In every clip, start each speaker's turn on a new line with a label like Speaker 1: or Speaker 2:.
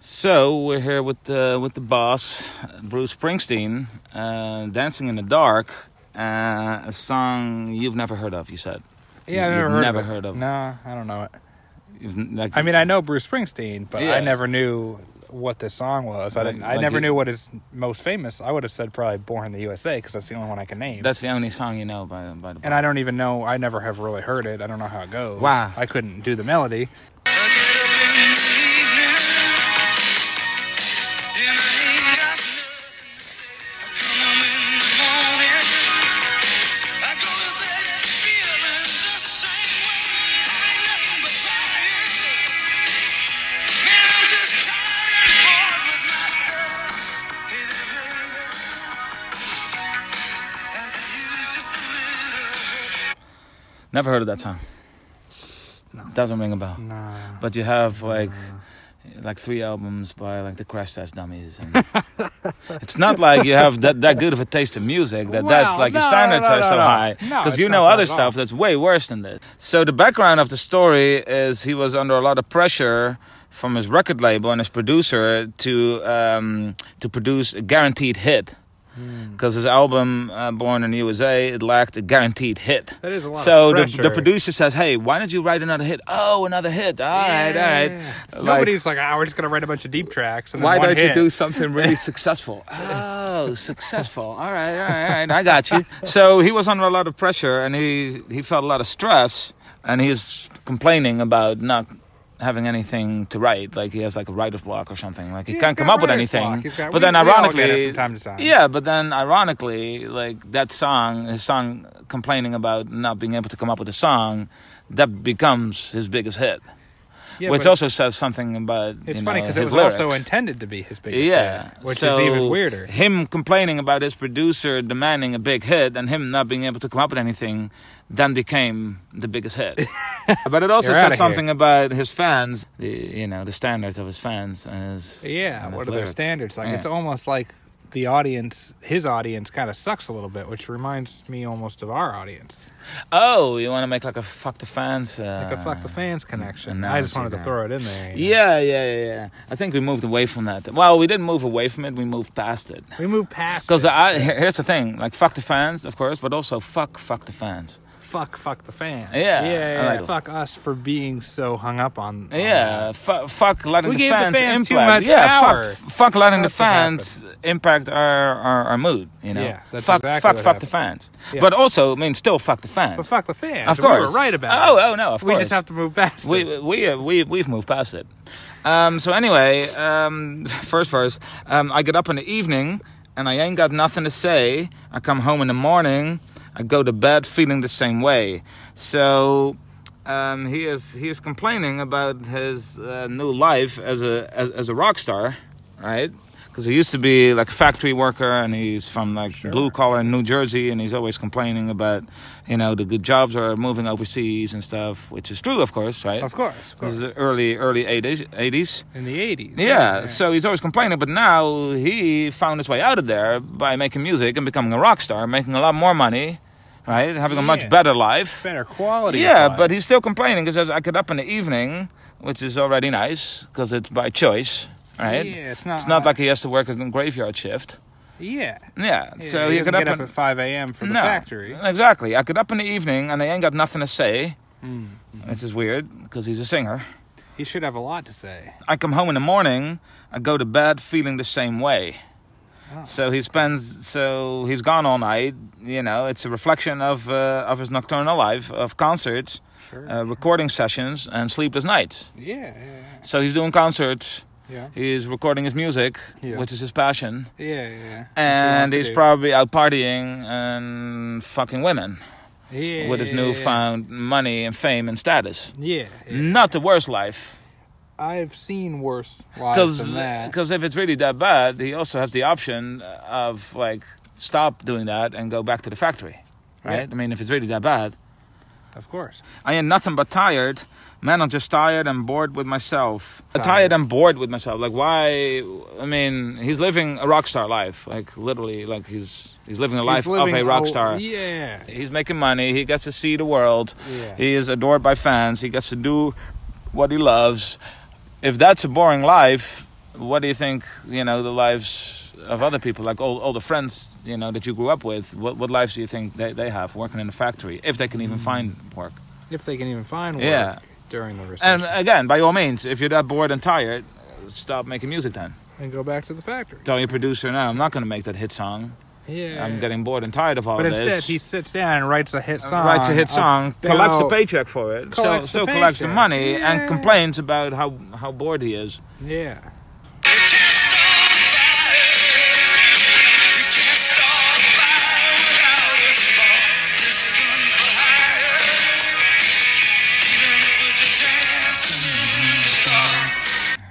Speaker 1: So we're here with the with the boss, Bruce Springsteen, uh, dancing in the dark, uh, a song you've never heard of. You said,
Speaker 2: Yeah, I've
Speaker 1: You've
Speaker 2: never heard
Speaker 1: never
Speaker 2: of it.
Speaker 1: heard of-
Speaker 2: Nah, I don't know it.
Speaker 1: You've n- like,
Speaker 2: I mean, I know Bruce Springsteen, but
Speaker 1: Yeah.
Speaker 2: I never knew what this song was. I
Speaker 1: Like-
Speaker 2: didn't.
Speaker 1: like
Speaker 2: I never
Speaker 1: it-
Speaker 2: knew what is most famous. I would have said probably "Born in the USA" because that's the only one I can name.
Speaker 1: that's the only song you know by by the.
Speaker 2: and I don't even know. I never have really heard it. I don't know how it goes.
Speaker 1: Wow.
Speaker 2: I couldn't do the melody.
Speaker 1: Never heard of that song.
Speaker 2: No.
Speaker 1: Doesn't ring a bell.
Speaker 2: Nah.
Speaker 1: But you have like like three albums by like the Crash Test Dummies. And it's not like you have that, that good of a taste in music that that's
Speaker 2: Well,
Speaker 1: like your
Speaker 2: no,
Speaker 1: standards
Speaker 2: no,
Speaker 1: are
Speaker 2: no,
Speaker 1: so
Speaker 2: no.
Speaker 1: high
Speaker 2: No,
Speaker 1: because
Speaker 2: it's
Speaker 1: you
Speaker 2: not
Speaker 1: know
Speaker 2: that
Speaker 1: other
Speaker 2: at all.
Speaker 1: stuff that's way worse than this. So the background of the story is he was under a lot of pressure from his record label and his producer to um, to produce a guaranteed hit.
Speaker 2: Hmm.
Speaker 1: Because his album uh, "Born in the USA" it lacked a guaranteed hit.
Speaker 2: That is a lot of
Speaker 1: So the, the
Speaker 2: pressure.
Speaker 1: producer says, "Hey, why don't you write another hit? Oh, another hit. All right, all right.
Speaker 2: Nobody's like, ah, we're just gonna write a bunch of deep tracks. And then
Speaker 1: why
Speaker 2: one
Speaker 1: don't you
Speaker 2: hit."
Speaker 1: do something really successful? Oh, successful. All right, all right, all right. I got you. So he was under a lot of pressure, and he he felt a lot of stress, and he's complaining about not having anything to write. Like he has like a writer's block or something. Like he
Speaker 2: He's
Speaker 1: can't come
Speaker 2: got
Speaker 1: up with
Speaker 2: writer's
Speaker 1: anything.
Speaker 2: block. He's got-
Speaker 1: but
Speaker 2: we-
Speaker 1: then
Speaker 2: we all get it
Speaker 1: ironically,
Speaker 2: from time to time.
Speaker 1: yeah. But then ironically, like that song, his song complaining about not being able to come up with a song, that becomes his biggest hit.
Speaker 2: Yeah,
Speaker 1: which
Speaker 2: but
Speaker 1: also says something about
Speaker 2: It's
Speaker 1: you
Speaker 2: funny
Speaker 1: know,
Speaker 2: because it
Speaker 1: his
Speaker 2: was also
Speaker 1: lyrics.
Speaker 2: intended to be his biggest
Speaker 1: Yeah,
Speaker 2: hit, which is
Speaker 1: So,
Speaker 2: even weirder.
Speaker 1: Him complaining about his producer demanding a big hit and him not being able to come up with anything, then became the biggest hit. but it also
Speaker 2: You're outta
Speaker 1: says
Speaker 2: here.
Speaker 1: something about his fans, the, you know, the standards of his fans and his
Speaker 2: Yeah,
Speaker 1: and his
Speaker 2: what are
Speaker 1: lyrics.
Speaker 2: their standards? Like
Speaker 1: Yeah.
Speaker 2: it's almost like the audience, his audience, kind of sucks a little bit, which reminds me almost of our audience,
Speaker 1: Oh, you want to make like a fuck the fans? Uh,
Speaker 2: like a fuck the fans connection. I
Speaker 1: analogy
Speaker 2: just wanted to
Speaker 1: there.
Speaker 2: throw it in there. you know?
Speaker 1: Yeah, yeah, yeah, yeah. I think we moved away from that. Well, we didn't move away from it. We moved past it.
Speaker 2: we moved past
Speaker 1: Because
Speaker 2: because
Speaker 1: here's the thing, like fuck the fans, of course, but also fuck fuck the fans.
Speaker 2: fuck, fuck the fans.
Speaker 1: Yeah,
Speaker 2: yeah,
Speaker 1: I
Speaker 2: yeah,
Speaker 1: like
Speaker 2: yeah.
Speaker 1: it.
Speaker 2: fuck us for being so hung up on. on
Speaker 1: Yeah, Uh, fu- fuck letting
Speaker 2: We
Speaker 1: the
Speaker 2: gave the
Speaker 1: fans,
Speaker 2: fans too
Speaker 1: impact.
Speaker 2: much
Speaker 1: yeah,
Speaker 2: power.
Speaker 1: fuck, fuck letting
Speaker 2: That's
Speaker 1: the
Speaker 2: what
Speaker 1: fans impact our, our, our mood. You know,
Speaker 2: Yeah, that's
Speaker 1: fuck
Speaker 2: exactly
Speaker 1: fuck
Speaker 2: what
Speaker 1: fuck the fans.
Speaker 2: Yeah.
Speaker 1: But also, I mean, still fuck the fans.
Speaker 2: but fuck the fans.
Speaker 1: of
Speaker 2: and
Speaker 1: course,
Speaker 2: we were right about.
Speaker 1: Oh,
Speaker 2: it.
Speaker 1: oh no, of
Speaker 2: we
Speaker 1: course.
Speaker 2: just have to move past.
Speaker 1: we
Speaker 2: it.
Speaker 1: we uh, we we've moved past it. Um, so anyway, um, first verse. Um, I get up in the evening and I ain't got nothing to say. I come home in the morning. I go to bed feeling the same way. So um, he is he is complaining about his uh, new life as a as, as a rock star, right? Because he used to be like a factory worker, and he's from like blue collar in New Jersey, and he's always complaining about, you know, the good jobs are moving overseas and stuff, which is true, of course, right?
Speaker 2: of course, of
Speaker 1: This is
Speaker 2: course.
Speaker 1: the early early eighties eighties.
Speaker 2: In the eighties.
Speaker 1: Yeah, so he's always complaining, but now he found his way out of there by making music and becoming a rock star, making a lot more money, right? Having a much
Speaker 2: Yeah.
Speaker 1: better life.
Speaker 2: better quality. of
Speaker 1: Yeah,
Speaker 2: life.
Speaker 1: but he's still complaining because I get up in the evening, which is already nice because it's by choice, right?
Speaker 2: Yeah, it's not.
Speaker 1: It's not like he has to work a graveyard shift.
Speaker 2: Yeah.
Speaker 1: Yeah,
Speaker 2: Yeah,
Speaker 1: so
Speaker 2: he
Speaker 1: you get
Speaker 2: doesn't
Speaker 1: up,
Speaker 2: get up
Speaker 1: in,
Speaker 2: at five a.m. for the
Speaker 1: no,
Speaker 2: factory.
Speaker 1: Exactly. I get up in the evening and I ain't got nothing to say.
Speaker 2: Mm.
Speaker 1: This is weird because he's a singer.
Speaker 2: He should have a lot to say.
Speaker 1: I come home in the morning. I go to bed feeling the same way.
Speaker 2: Oh.
Speaker 1: So he spends. So he's gone all night. You know, it's a reflection of uh, of his nocturnal life of concerts,
Speaker 2: Sure.
Speaker 1: uh, recording sessions, and sleepless nights.
Speaker 2: yeah, yeah,
Speaker 1: So he's doing concerts.
Speaker 2: yeah,
Speaker 1: He's recording his music,
Speaker 2: Yeah.
Speaker 1: which is his passion,
Speaker 2: yeah, yeah, yeah.
Speaker 1: and he's
Speaker 2: That's what he wants
Speaker 1: probably out partying and fucking women
Speaker 2: to do. yeah,
Speaker 1: with his newfound money and fame and status.
Speaker 2: Yeah, yeah.
Speaker 1: Not the worst life,
Speaker 2: I've seen worse lives than that.
Speaker 1: because if it's really that bad, he also has the option of like stop doing that and go back to the factory, right? I mean, if it's really that bad,
Speaker 2: Of course.
Speaker 1: I ain't nothing but tired. Man, I'm just tired and bored with myself.
Speaker 2: Tired.
Speaker 1: Tired and bored with myself. Like why? I mean, he's living a rock star life. Like literally, like he's he's living a life
Speaker 2: He's living
Speaker 1: of a rock star.
Speaker 2: Yeah,
Speaker 1: He's making money. He gets to see the world.
Speaker 2: yeah.
Speaker 1: He is adored by fans. He gets to do what he loves. If that's a boring life, what do you think? You know, the lives of other people, like all all the friends, you know, that you grew up with. What what lives do you think they they have working in a factory, if they can
Speaker 2: Mm.
Speaker 1: even find work?
Speaker 2: if they can even find work
Speaker 1: Yeah.
Speaker 2: during the recession
Speaker 1: And uh,
Speaker 2: and,
Speaker 1: again, by all means, if you're that bored and tired, stop making music then.
Speaker 2: go back to the factory.
Speaker 1: Tell your producer now, I'm not going to make that hit song.
Speaker 2: yeah,
Speaker 1: I'm getting bored and tired of all
Speaker 2: But
Speaker 1: this.
Speaker 2: instead, he sits down and writes a hit song.
Speaker 1: writes a hit
Speaker 2: Uh,
Speaker 1: song,
Speaker 2: about-
Speaker 1: collects the paycheck for it, still,
Speaker 2: Collects the
Speaker 1: still collects the
Speaker 2: paycheck.
Speaker 1: money,
Speaker 2: Yeah.
Speaker 1: and complains about how, how bored he is.
Speaker 2: Yeah,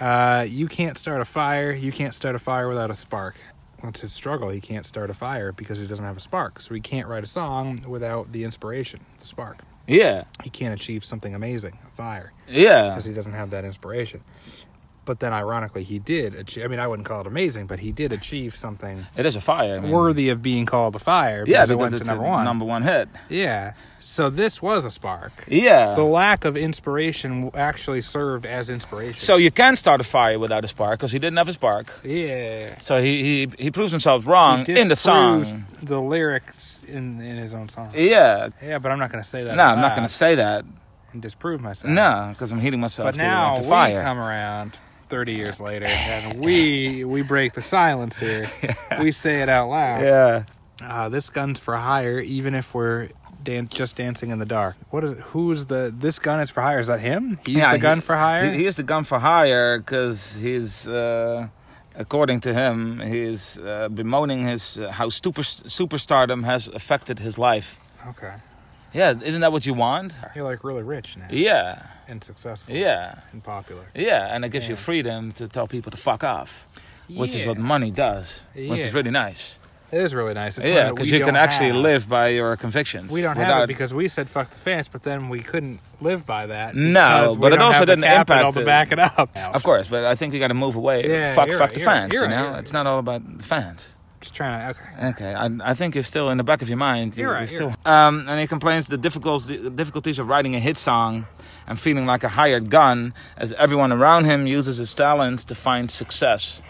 Speaker 2: uh, you can't start a fire. You can't start a fire without a spark. That's his struggle. He can't start a fire because he doesn't have a spark. So he can't write a song without the inspiration, the spark.
Speaker 1: Yeah,
Speaker 2: He can't achieve something amazing, a fire,
Speaker 1: yeah,
Speaker 2: because he doesn't have that inspiration. But then, ironically, he did achieve. I mean, I wouldn't call it amazing, but he did achieve something
Speaker 1: it is a fire. I mean.
Speaker 2: worthy of being called a fire.
Speaker 1: yeah,
Speaker 2: because it
Speaker 1: because
Speaker 2: went
Speaker 1: it's
Speaker 2: to number
Speaker 1: a
Speaker 2: one.
Speaker 1: number one hit.
Speaker 2: Yeah. So this was a spark.
Speaker 1: Yeah.
Speaker 2: The lack of inspiration w- actually served as inspiration.
Speaker 1: so you can start a fire without a spark because he didn't have a spark.
Speaker 2: yeah,
Speaker 1: So he, he, he proves himself
Speaker 2: He
Speaker 1: wrong in the song.
Speaker 2: disproved the lyrics in in his own song.
Speaker 1: Yeah.
Speaker 2: yeah, but I'm not gonna say that.
Speaker 1: No,
Speaker 2: out
Speaker 1: I'm not
Speaker 2: loud
Speaker 1: going to say that.
Speaker 2: and disprove myself.
Speaker 1: No, because I'm heating myself
Speaker 2: but
Speaker 1: to,
Speaker 2: now
Speaker 1: like, the
Speaker 2: we
Speaker 1: fire.
Speaker 2: come around. 30 years later and we we break the silence here we say it out loud
Speaker 1: yeah.
Speaker 2: uh, this gun's for hire even if we're dan- just dancing in the dark what is who's the this gun is for hire is that him he's
Speaker 1: Yeah,
Speaker 2: the gun
Speaker 1: he-
Speaker 2: for hire
Speaker 1: He, he is the gun for hire because he's, uh, according to him, he's uh, bemoaning his uh, how super superstardom has affected his life.
Speaker 2: okay
Speaker 1: Yeah, isn't that what you want?
Speaker 2: you're like really rich now
Speaker 1: Yeah,
Speaker 2: and successful
Speaker 1: yeah,
Speaker 2: and popular.
Speaker 1: yeah, and it gives you
Speaker 2: Yeah.
Speaker 1: freedom to tell people to fuck off, which is
Speaker 2: Yeah.
Speaker 1: what money does, which is
Speaker 2: Yeah.
Speaker 1: really nice.
Speaker 2: it is really nice. It's
Speaker 1: yeah,
Speaker 2: something that
Speaker 1: because
Speaker 2: we
Speaker 1: you can
Speaker 2: don't
Speaker 1: actually
Speaker 2: have.
Speaker 1: live by your convictions.
Speaker 2: We don't
Speaker 1: without,
Speaker 2: have it because we said fuck the fans, but then we couldn't live by that.
Speaker 1: No,
Speaker 2: because we
Speaker 1: but it
Speaker 2: don't
Speaker 1: also
Speaker 2: have the
Speaker 1: didn't
Speaker 2: capital
Speaker 1: impact
Speaker 2: to
Speaker 1: it.
Speaker 2: back it up.
Speaker 1: Of course, but I think we got to move away.
Speaker 2: Yeah,
Speaker 1: fuck,
Speaker 2: you're
Speaker 1: fuck
Speaker 2: right,
Speaker 1: the
Speaker 2: you're right,
Speaker 1: fans.
Speaker 2: you're
Speaker 1: you
Speaker 2: right,
Speaker 1: know,
Speaker 2: you're right.
Speaker 1: it's not all about the fans.
Speaker 2: Just trying to. Okay.
Speaker 1: Okay, I, I think you're still in the back of your mind.
Speaker 2: You're right,
Speaker 1: you're
Speaker 2: you're
Speaker 1: still. Um, and he complains the difficulties, difficulties of writing a hit song and feeling like a hired gun as everyone around him uses his talents to find success.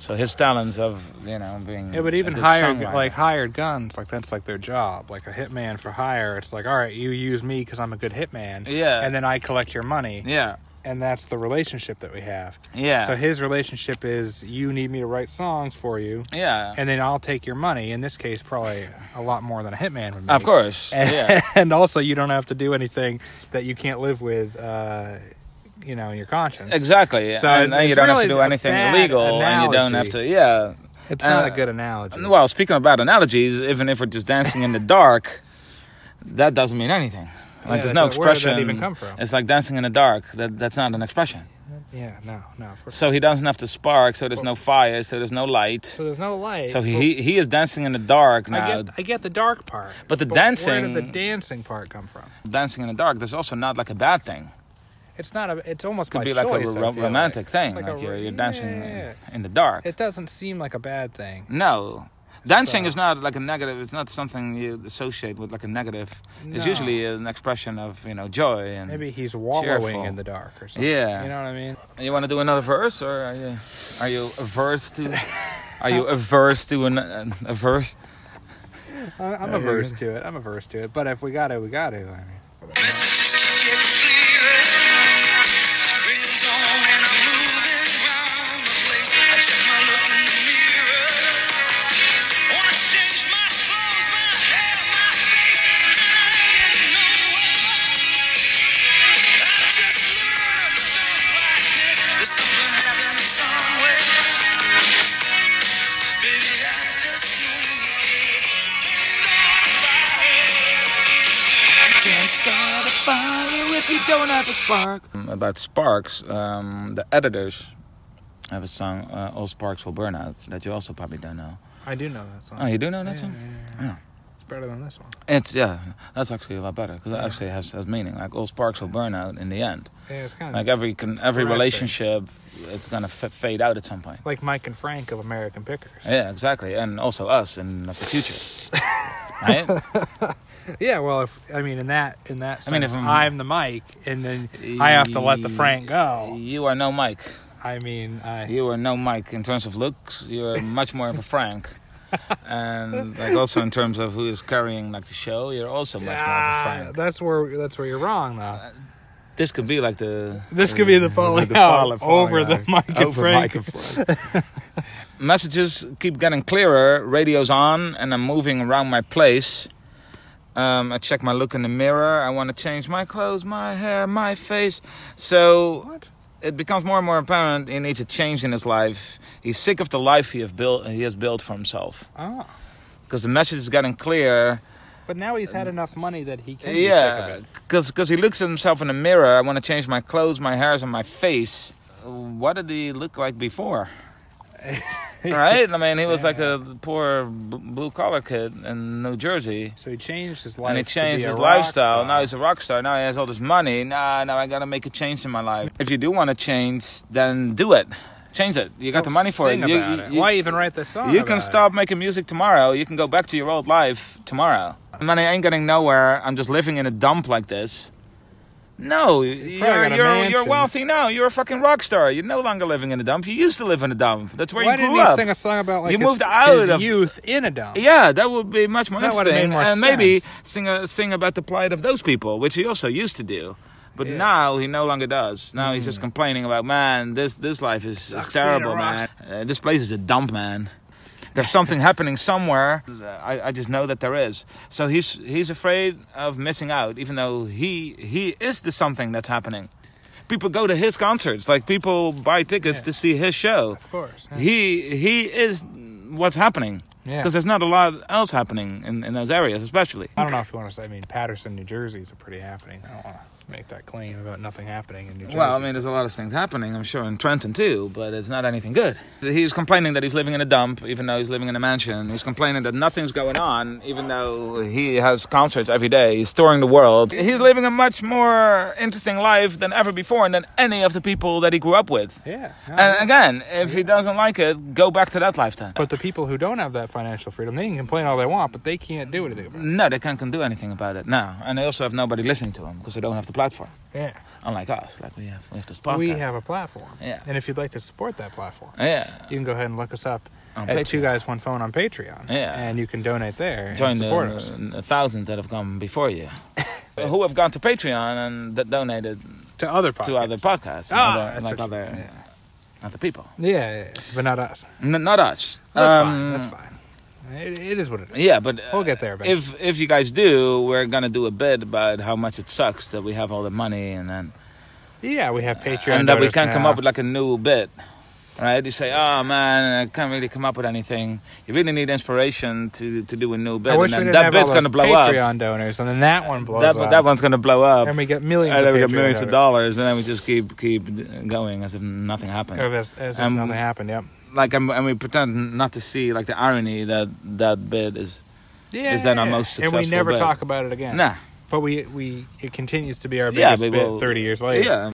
Speaker 1: So his talents of, you know, being.
Speaker 2: Yeah, but
Speaker 1: a
Speaker 2: even
Speaker 1: good
Speaker 2: hired
Speaker 1: songwriter.
Speaker 2: like hired guns, like that's like their job. Like a hitman for hire, it's like all right, you use me because I'm a good hitman.
Speaker 1: Yeah.
Speaker 2: and then I collect your money,
Speaker 1: Yeah,
Speaker 2: and that's the relationship that we have.
Speaker 1: yeah.
Speaker 2: So his relationship is you need me to write songs for you,
Speaker 1: yeah.
Speaker 2: and then I'll take your money. In this case, probably a lot more than a hitman would. Make.
Speaker 1: of course.
Speaker 2: and,
Speaker 1: yeah.
Speaker 2: and also you don't have to do anything that you can't live with, uh, you know, in your conscience.
Speaker 1: Exactly.
Speaker 2: So
Speaker 1: and
Speaker 2: it's-
Speaker 1: then you
Speaker 2: it's
Speaker 1: don't
Speaker 2: really
Speaker 1: have to do
Speaker 2: a
Speaker 1: anything
Speaker 2: bad
Speaker 1: illegal and you don't have
Speaker 2: analogy.
Speaker 1: to. Yeah.
Speaker 2: It's not
Speaker 1: Uh,
Speaker 2: a good analogy.
Speaker 1: Well, speaking about analogies, even if we're just dancing in the dark, that doesn't mean anything. Like
Speaker 2: Yeah,
Speaker 1: there's no
Speaker 2: that- where did that
Speaker 1: expression.
Speaker 2: even come from?
Speaker 1: It's like dancing in the dark. That that's not an expression.
Speaker 2: yeah, no, no. Of course.
Speaker 1: So he doesn't have to spark. So there's no fire. So there's no light.
Speaker 2: So there's no light.
Speaker 1: So he he, he is dancing in the dark
Speaker 2: Well,
Speaker 1: now.
Speaker 2: I get, I get the dark part,
Speaker 1: But the
Speaker 2: Where
Speaker 1: dancing-
Speaker 2: did the dancing part come from?
Speaker 1: Dancing in the dark. There's also not like a bad thing.
Speaker 2: It's not a. It's almost
Speaker 1: Could
Speaker 2: by
Speaker 1: be like
Speaker 2: choice,
Speaker 1: a
Speaker 2: I
Speaker 1: ro-
Speaker 2: feel
Speaker 1: romantic
Speaker 2: like.
Speaker 1: thing.
Speaker 2: Like
Speaker 1: Like,
Speaker 2: a
Speaker 1: you're,
Speaker 2: ro-
Speaker 1: you're dancing
Speaker 2: yeah.
Speaker 1: in, in the dark.
Speaker 2: It doesn't seem like a bad thing.
Speaker 1: no. Dancing
Speaker 2: So-
Speaker 1: is not like a negative. It's not something you associate with like a negative. It's
Speaker 2: No.
Speaker 1: usually an expression of you know joy and
Speaker 2: Maybe he's wallowing
Speaker 1: Cheerful.
Speaker 2: in the dark or something.
Speaker 1: Yeah.
Speaker 2: you know what I mean.
Speaker 1: You want to do another verse, or are you are you averse to? Are you averse to an an- averse?
Speaker 2: I- I'm averse to it. I'm averse to it. But if we got it, we got it. I mean.
Speaker 3: Baby, I just know you can't start a fire. You can't start a fire if you don't have a spark.
Speaker 1: About sparks, um, the editors have a song, uh, "All Sparks Will Burn Out," that you also probably don't know.
Speaker 2: I do know that song.
Speaker 1: Oh, you do know that
Speaker 2: Yeah,
Speaker 1: song? Oh.
Speaker 2: yeah, yeah. It's better than this one.
Speaker 1: It's yeah, that's actually a lot better because it actually has, has meaning. Like all sparks will burn out in the end.
Speaker 2: Yeah, it's kind of
Speaker 1: Like
Speaker 2: like,
Speaker 1: every con- every
Speaker 2: What I say.
Speaker 1: relationship, it's gonna f- fade out at some point.
Speaker 2: Mike and Frank of American Pickers.
Speaker 1: Yeah, exactly, and also us in the future. right?
Speaker 2: Yeah, well, if I mean in that in that sense,
Speaker 1: I mean, if
Speaker 2: I'm,
Speaker 1: I'm-
Speaker 2: the Mike, and then I have to let the Frank go.
Speaker 1: You are no Mike.
Speaker 2: I mean, I,
Speaker 1: You are no Mike in terms of looks. You are much more of a Frank. and like also in terms of who is carrying like the show, you're also much
Speaker 2: Ah,
Speaker 1: more of a Frank. Uh,
Speaker 2: that's where that's where you're wrong though.
Speaker 1: This could be like the
Speaker 2: This could be the falling
Speaker 1: uh, fall-
Speaker 2: out
Speaker 1: falling
Speaker 2: over the
Speaker 1: out.
Speaker 2: Mike and
Speaker 1: Over
Speaker 2: Frank.
Speaker 1: Mike and Frank. Messages keep getting clearer. Radio's on, and I'm moving around my place. Um, I check my look in the mirror. I want to change my clothes, my hair, my face. So
Speaker 2: What?
Speaker 1: it becomes more and more apparent he needs a change in his life. He's sick of the life he have built. He has built for himself
Speaker 2: Oh,
Speaker 1: because the message is getting clear.
Speaker 2: but now he's had enough money that he can be sick
Speaker 1: Yeah,
Speaker 2: of it.
Speaker 1: because he looks at himself in the mirror. I want to change my clothes, my hairs, and my face. What did he look like before? right? I mean, he was like a poor blue collar kid in New Jersey.
Speaker 2: So he changed his life.
Speaker 1: And he
Speaker 2: to
Speaker 1: changed
Speaker 2: be a
Speaker 1: his
Speaker 2: rock
Speaker 1: lifestyle.
Speaker 2: star.
Speaker 1: Now he's a rock star. Now he has all this money. Nah, now I gotta make a change in my life. If you do want to change, then do it. Change it. You got
Speaker 2: Don't
Speaker 1: the money for
Speaker 2: sing
Speaker 1: it. You-
Speaker 2: about
Speaker 1: you-
Speaker 2: it.
Speaker 1: you-
Speaker 2: Why even write this song?
Speaker 1: you can
Speaker 2: about
Speaker 1: stop making music tomorrow. You can go back to your old life tomorrow. Man, I ain't getting nowhere. I'm just living in a dump like this. No, you're,
Speaker 2: probably got a
Speaker 1: you're, you're
Speaker 2: mansion.
Speaker 1: wealthy now. You're a fucking rock star. You're no longer living in a dump. You used to live in a dump. That's
Speaker 2: It?
Speaker 1: where
Speaker 2: Why
Speaker 1: you
Speaker 2: didn't
Speaker 1: grew
Speaker 2: he
Speaker 1: up.
Speaker 2: sing a song about like
Speaker 1: You
Speaker 2: his,
Speaker 1: moved out
Speaker 2: his
Speaker 1: of-
Speaker 2: youth in a dump?
Speaker 1: yeah, that would be much more
Speaker 2: That would've
Speaker 1: interesting.
Speaker 2: made more
Speaker 1: and maybe
Speaker 2: sense.
Speaker 1: sing a, sing about the plight of those people, which he also used to do. But
Speaker 2: Yeah. Mm.
Speaker 1: now he no longer does. Now he's just complaining about, man, this this life is, is
Speaker 2: Sucks
Speaker 1: terrible,
Speaker 2: being a
Speaker 1: man. Uh, this place is a dump, man. There's something happening somewhere. I, I just know that there is. So he's he's afraid of missing out, even though he he is the something that's happening. People go to his concerts, like people buy tickets
Speaker 2: Yeah.
Speaker 1: to see his show
Speaker 2: of course. Yeah.
Speaker 1: he he is what's happening
Speaker 2: Yeah.
Speaker 1: because there's not a lot else happening in, in those areas especially
Speaker 2: I don't know if you want to say. I mean, Patterson, New Jersey is a pretty happening. I don't want to make that claim about nothing happening in New Jersey.
Speaker 1: well i mean there's a lot of things happening i'm sure in trenton too but it's not anything good he's complaining that he's living in a dump even though he's living in a mansion he's complaining that nothing's going on even though he has concerts every day he's touring the world he's living a much more interesting life than ever before and than any of the people that he grew up with
Speaker 2: yeah. no, yeah.
Speaker 1: and again if he doesn't like it go back to that life then
Speaker 2: But the people who don't have that financial freedom, they can complain all they want, but they can't do anything about it.
Speaker 1: No, they can't can do anything about it now, and they also have nobody listening to them because they don't have the platform.
Speaker 2: Yeah.
Speaker 1: Unlike us, like we have, we have this podcast.
Speaker 2: We have a platform.
Speaker 1: Yeah.
Speaker 2: And if you'd like to support that platform,
Speaker 1: yeah.
Speaker 2: you can go ahead and look us up
Speaker 1: On
Speaker 2: at
Speaker 1: Patreon.
Speaker 2: Two Guys One Phone on Patreon.
Speaker 1: Yeah.
Speaker 2: And you can donate there
Speaker 1: Join
Speaker 2: and
Speaker 1: the
Speaker 2: support us.
Speaker 1: a thousand that have gone before you, who have gone to Patreon and that donated
Speaker 2: To other podcasts.
Speaker 1: to other podcasts, and
Speaker 2: Ah,
Speaker 1: other-
Speaker 2: that's
Speaker 1: like
Speaker 2: what-
Speaker 1: other other people,
Speaker 2: Yeah. yeah, yeah, but not us.
Speaker 1: N- not us.
Speaker 2: That's
Speaker 1: Um,
Speaker 2: fine. That's fine. It, it is what it is.
Speaker 1: Yeah, but uh,
Speaker 2: We'll get there eventually.
Speaker 1: If if you guys do, we're gonna do a bit about how much it sucks that we have all the money and then
Speaker 2: Yeah, we have Patreon.
Speaker 1: and that we
Speaker 2: donors
Speaker 1: can't come
Speaker 2: now.
Speaker 1: up with like a new bit. Right? You say, "Oh man, I can't really come up with anything." You really need inspiration to to do a new bit,
Speaker 2: I
Speaker 1: and
Speaker 2: wish we
Speaker 1: then
Speaker 2: didn't
Speaker 1: that
Speaker 2: have all
Speaker 1: bit's
Speaker 2: those
Speaker 1: gonna blow
Speaker 2: Patreon
Speaker 1: up.
Speaker 2: donors, and then that one blows
Speaker 1: That
Speaker 2: up.
Speaker 1: that one's gonna blow up,
Speaker 2: And we get millions.
Speaker 1: and
Speaker 2: of
Speaker 1: then we get
Speaker 2: Patreon
Speaker 1: millions of
Speaker 2: donors.
Speaker 1: dollars, and then we just keep keep going as if nothing happened.
Speaker 2: Or As, as if
Speaker 1: Um,
Speaker 2: nothing happened. Yep.
Speaker 1: Like, and, and we pretend not to see like the irony that that bit is.
Speaker 2: Yeah.
Speaker 1: Is that our most
Speaker 2: And we
Speaker 1: successful
Speaker 2: never
Speaker 1: bit?
Speaker 2: talk about it again.
Speaker 1: Nah,
Speaker 2: But we we it continues to be our
Speaker 1: Yeah,
Speaker 2: biggest
Speaker 1: but
Speaker 2: bit
Speaker 1: we'll-
Speaker 2: thirty years later.
Speaker 1: yeah.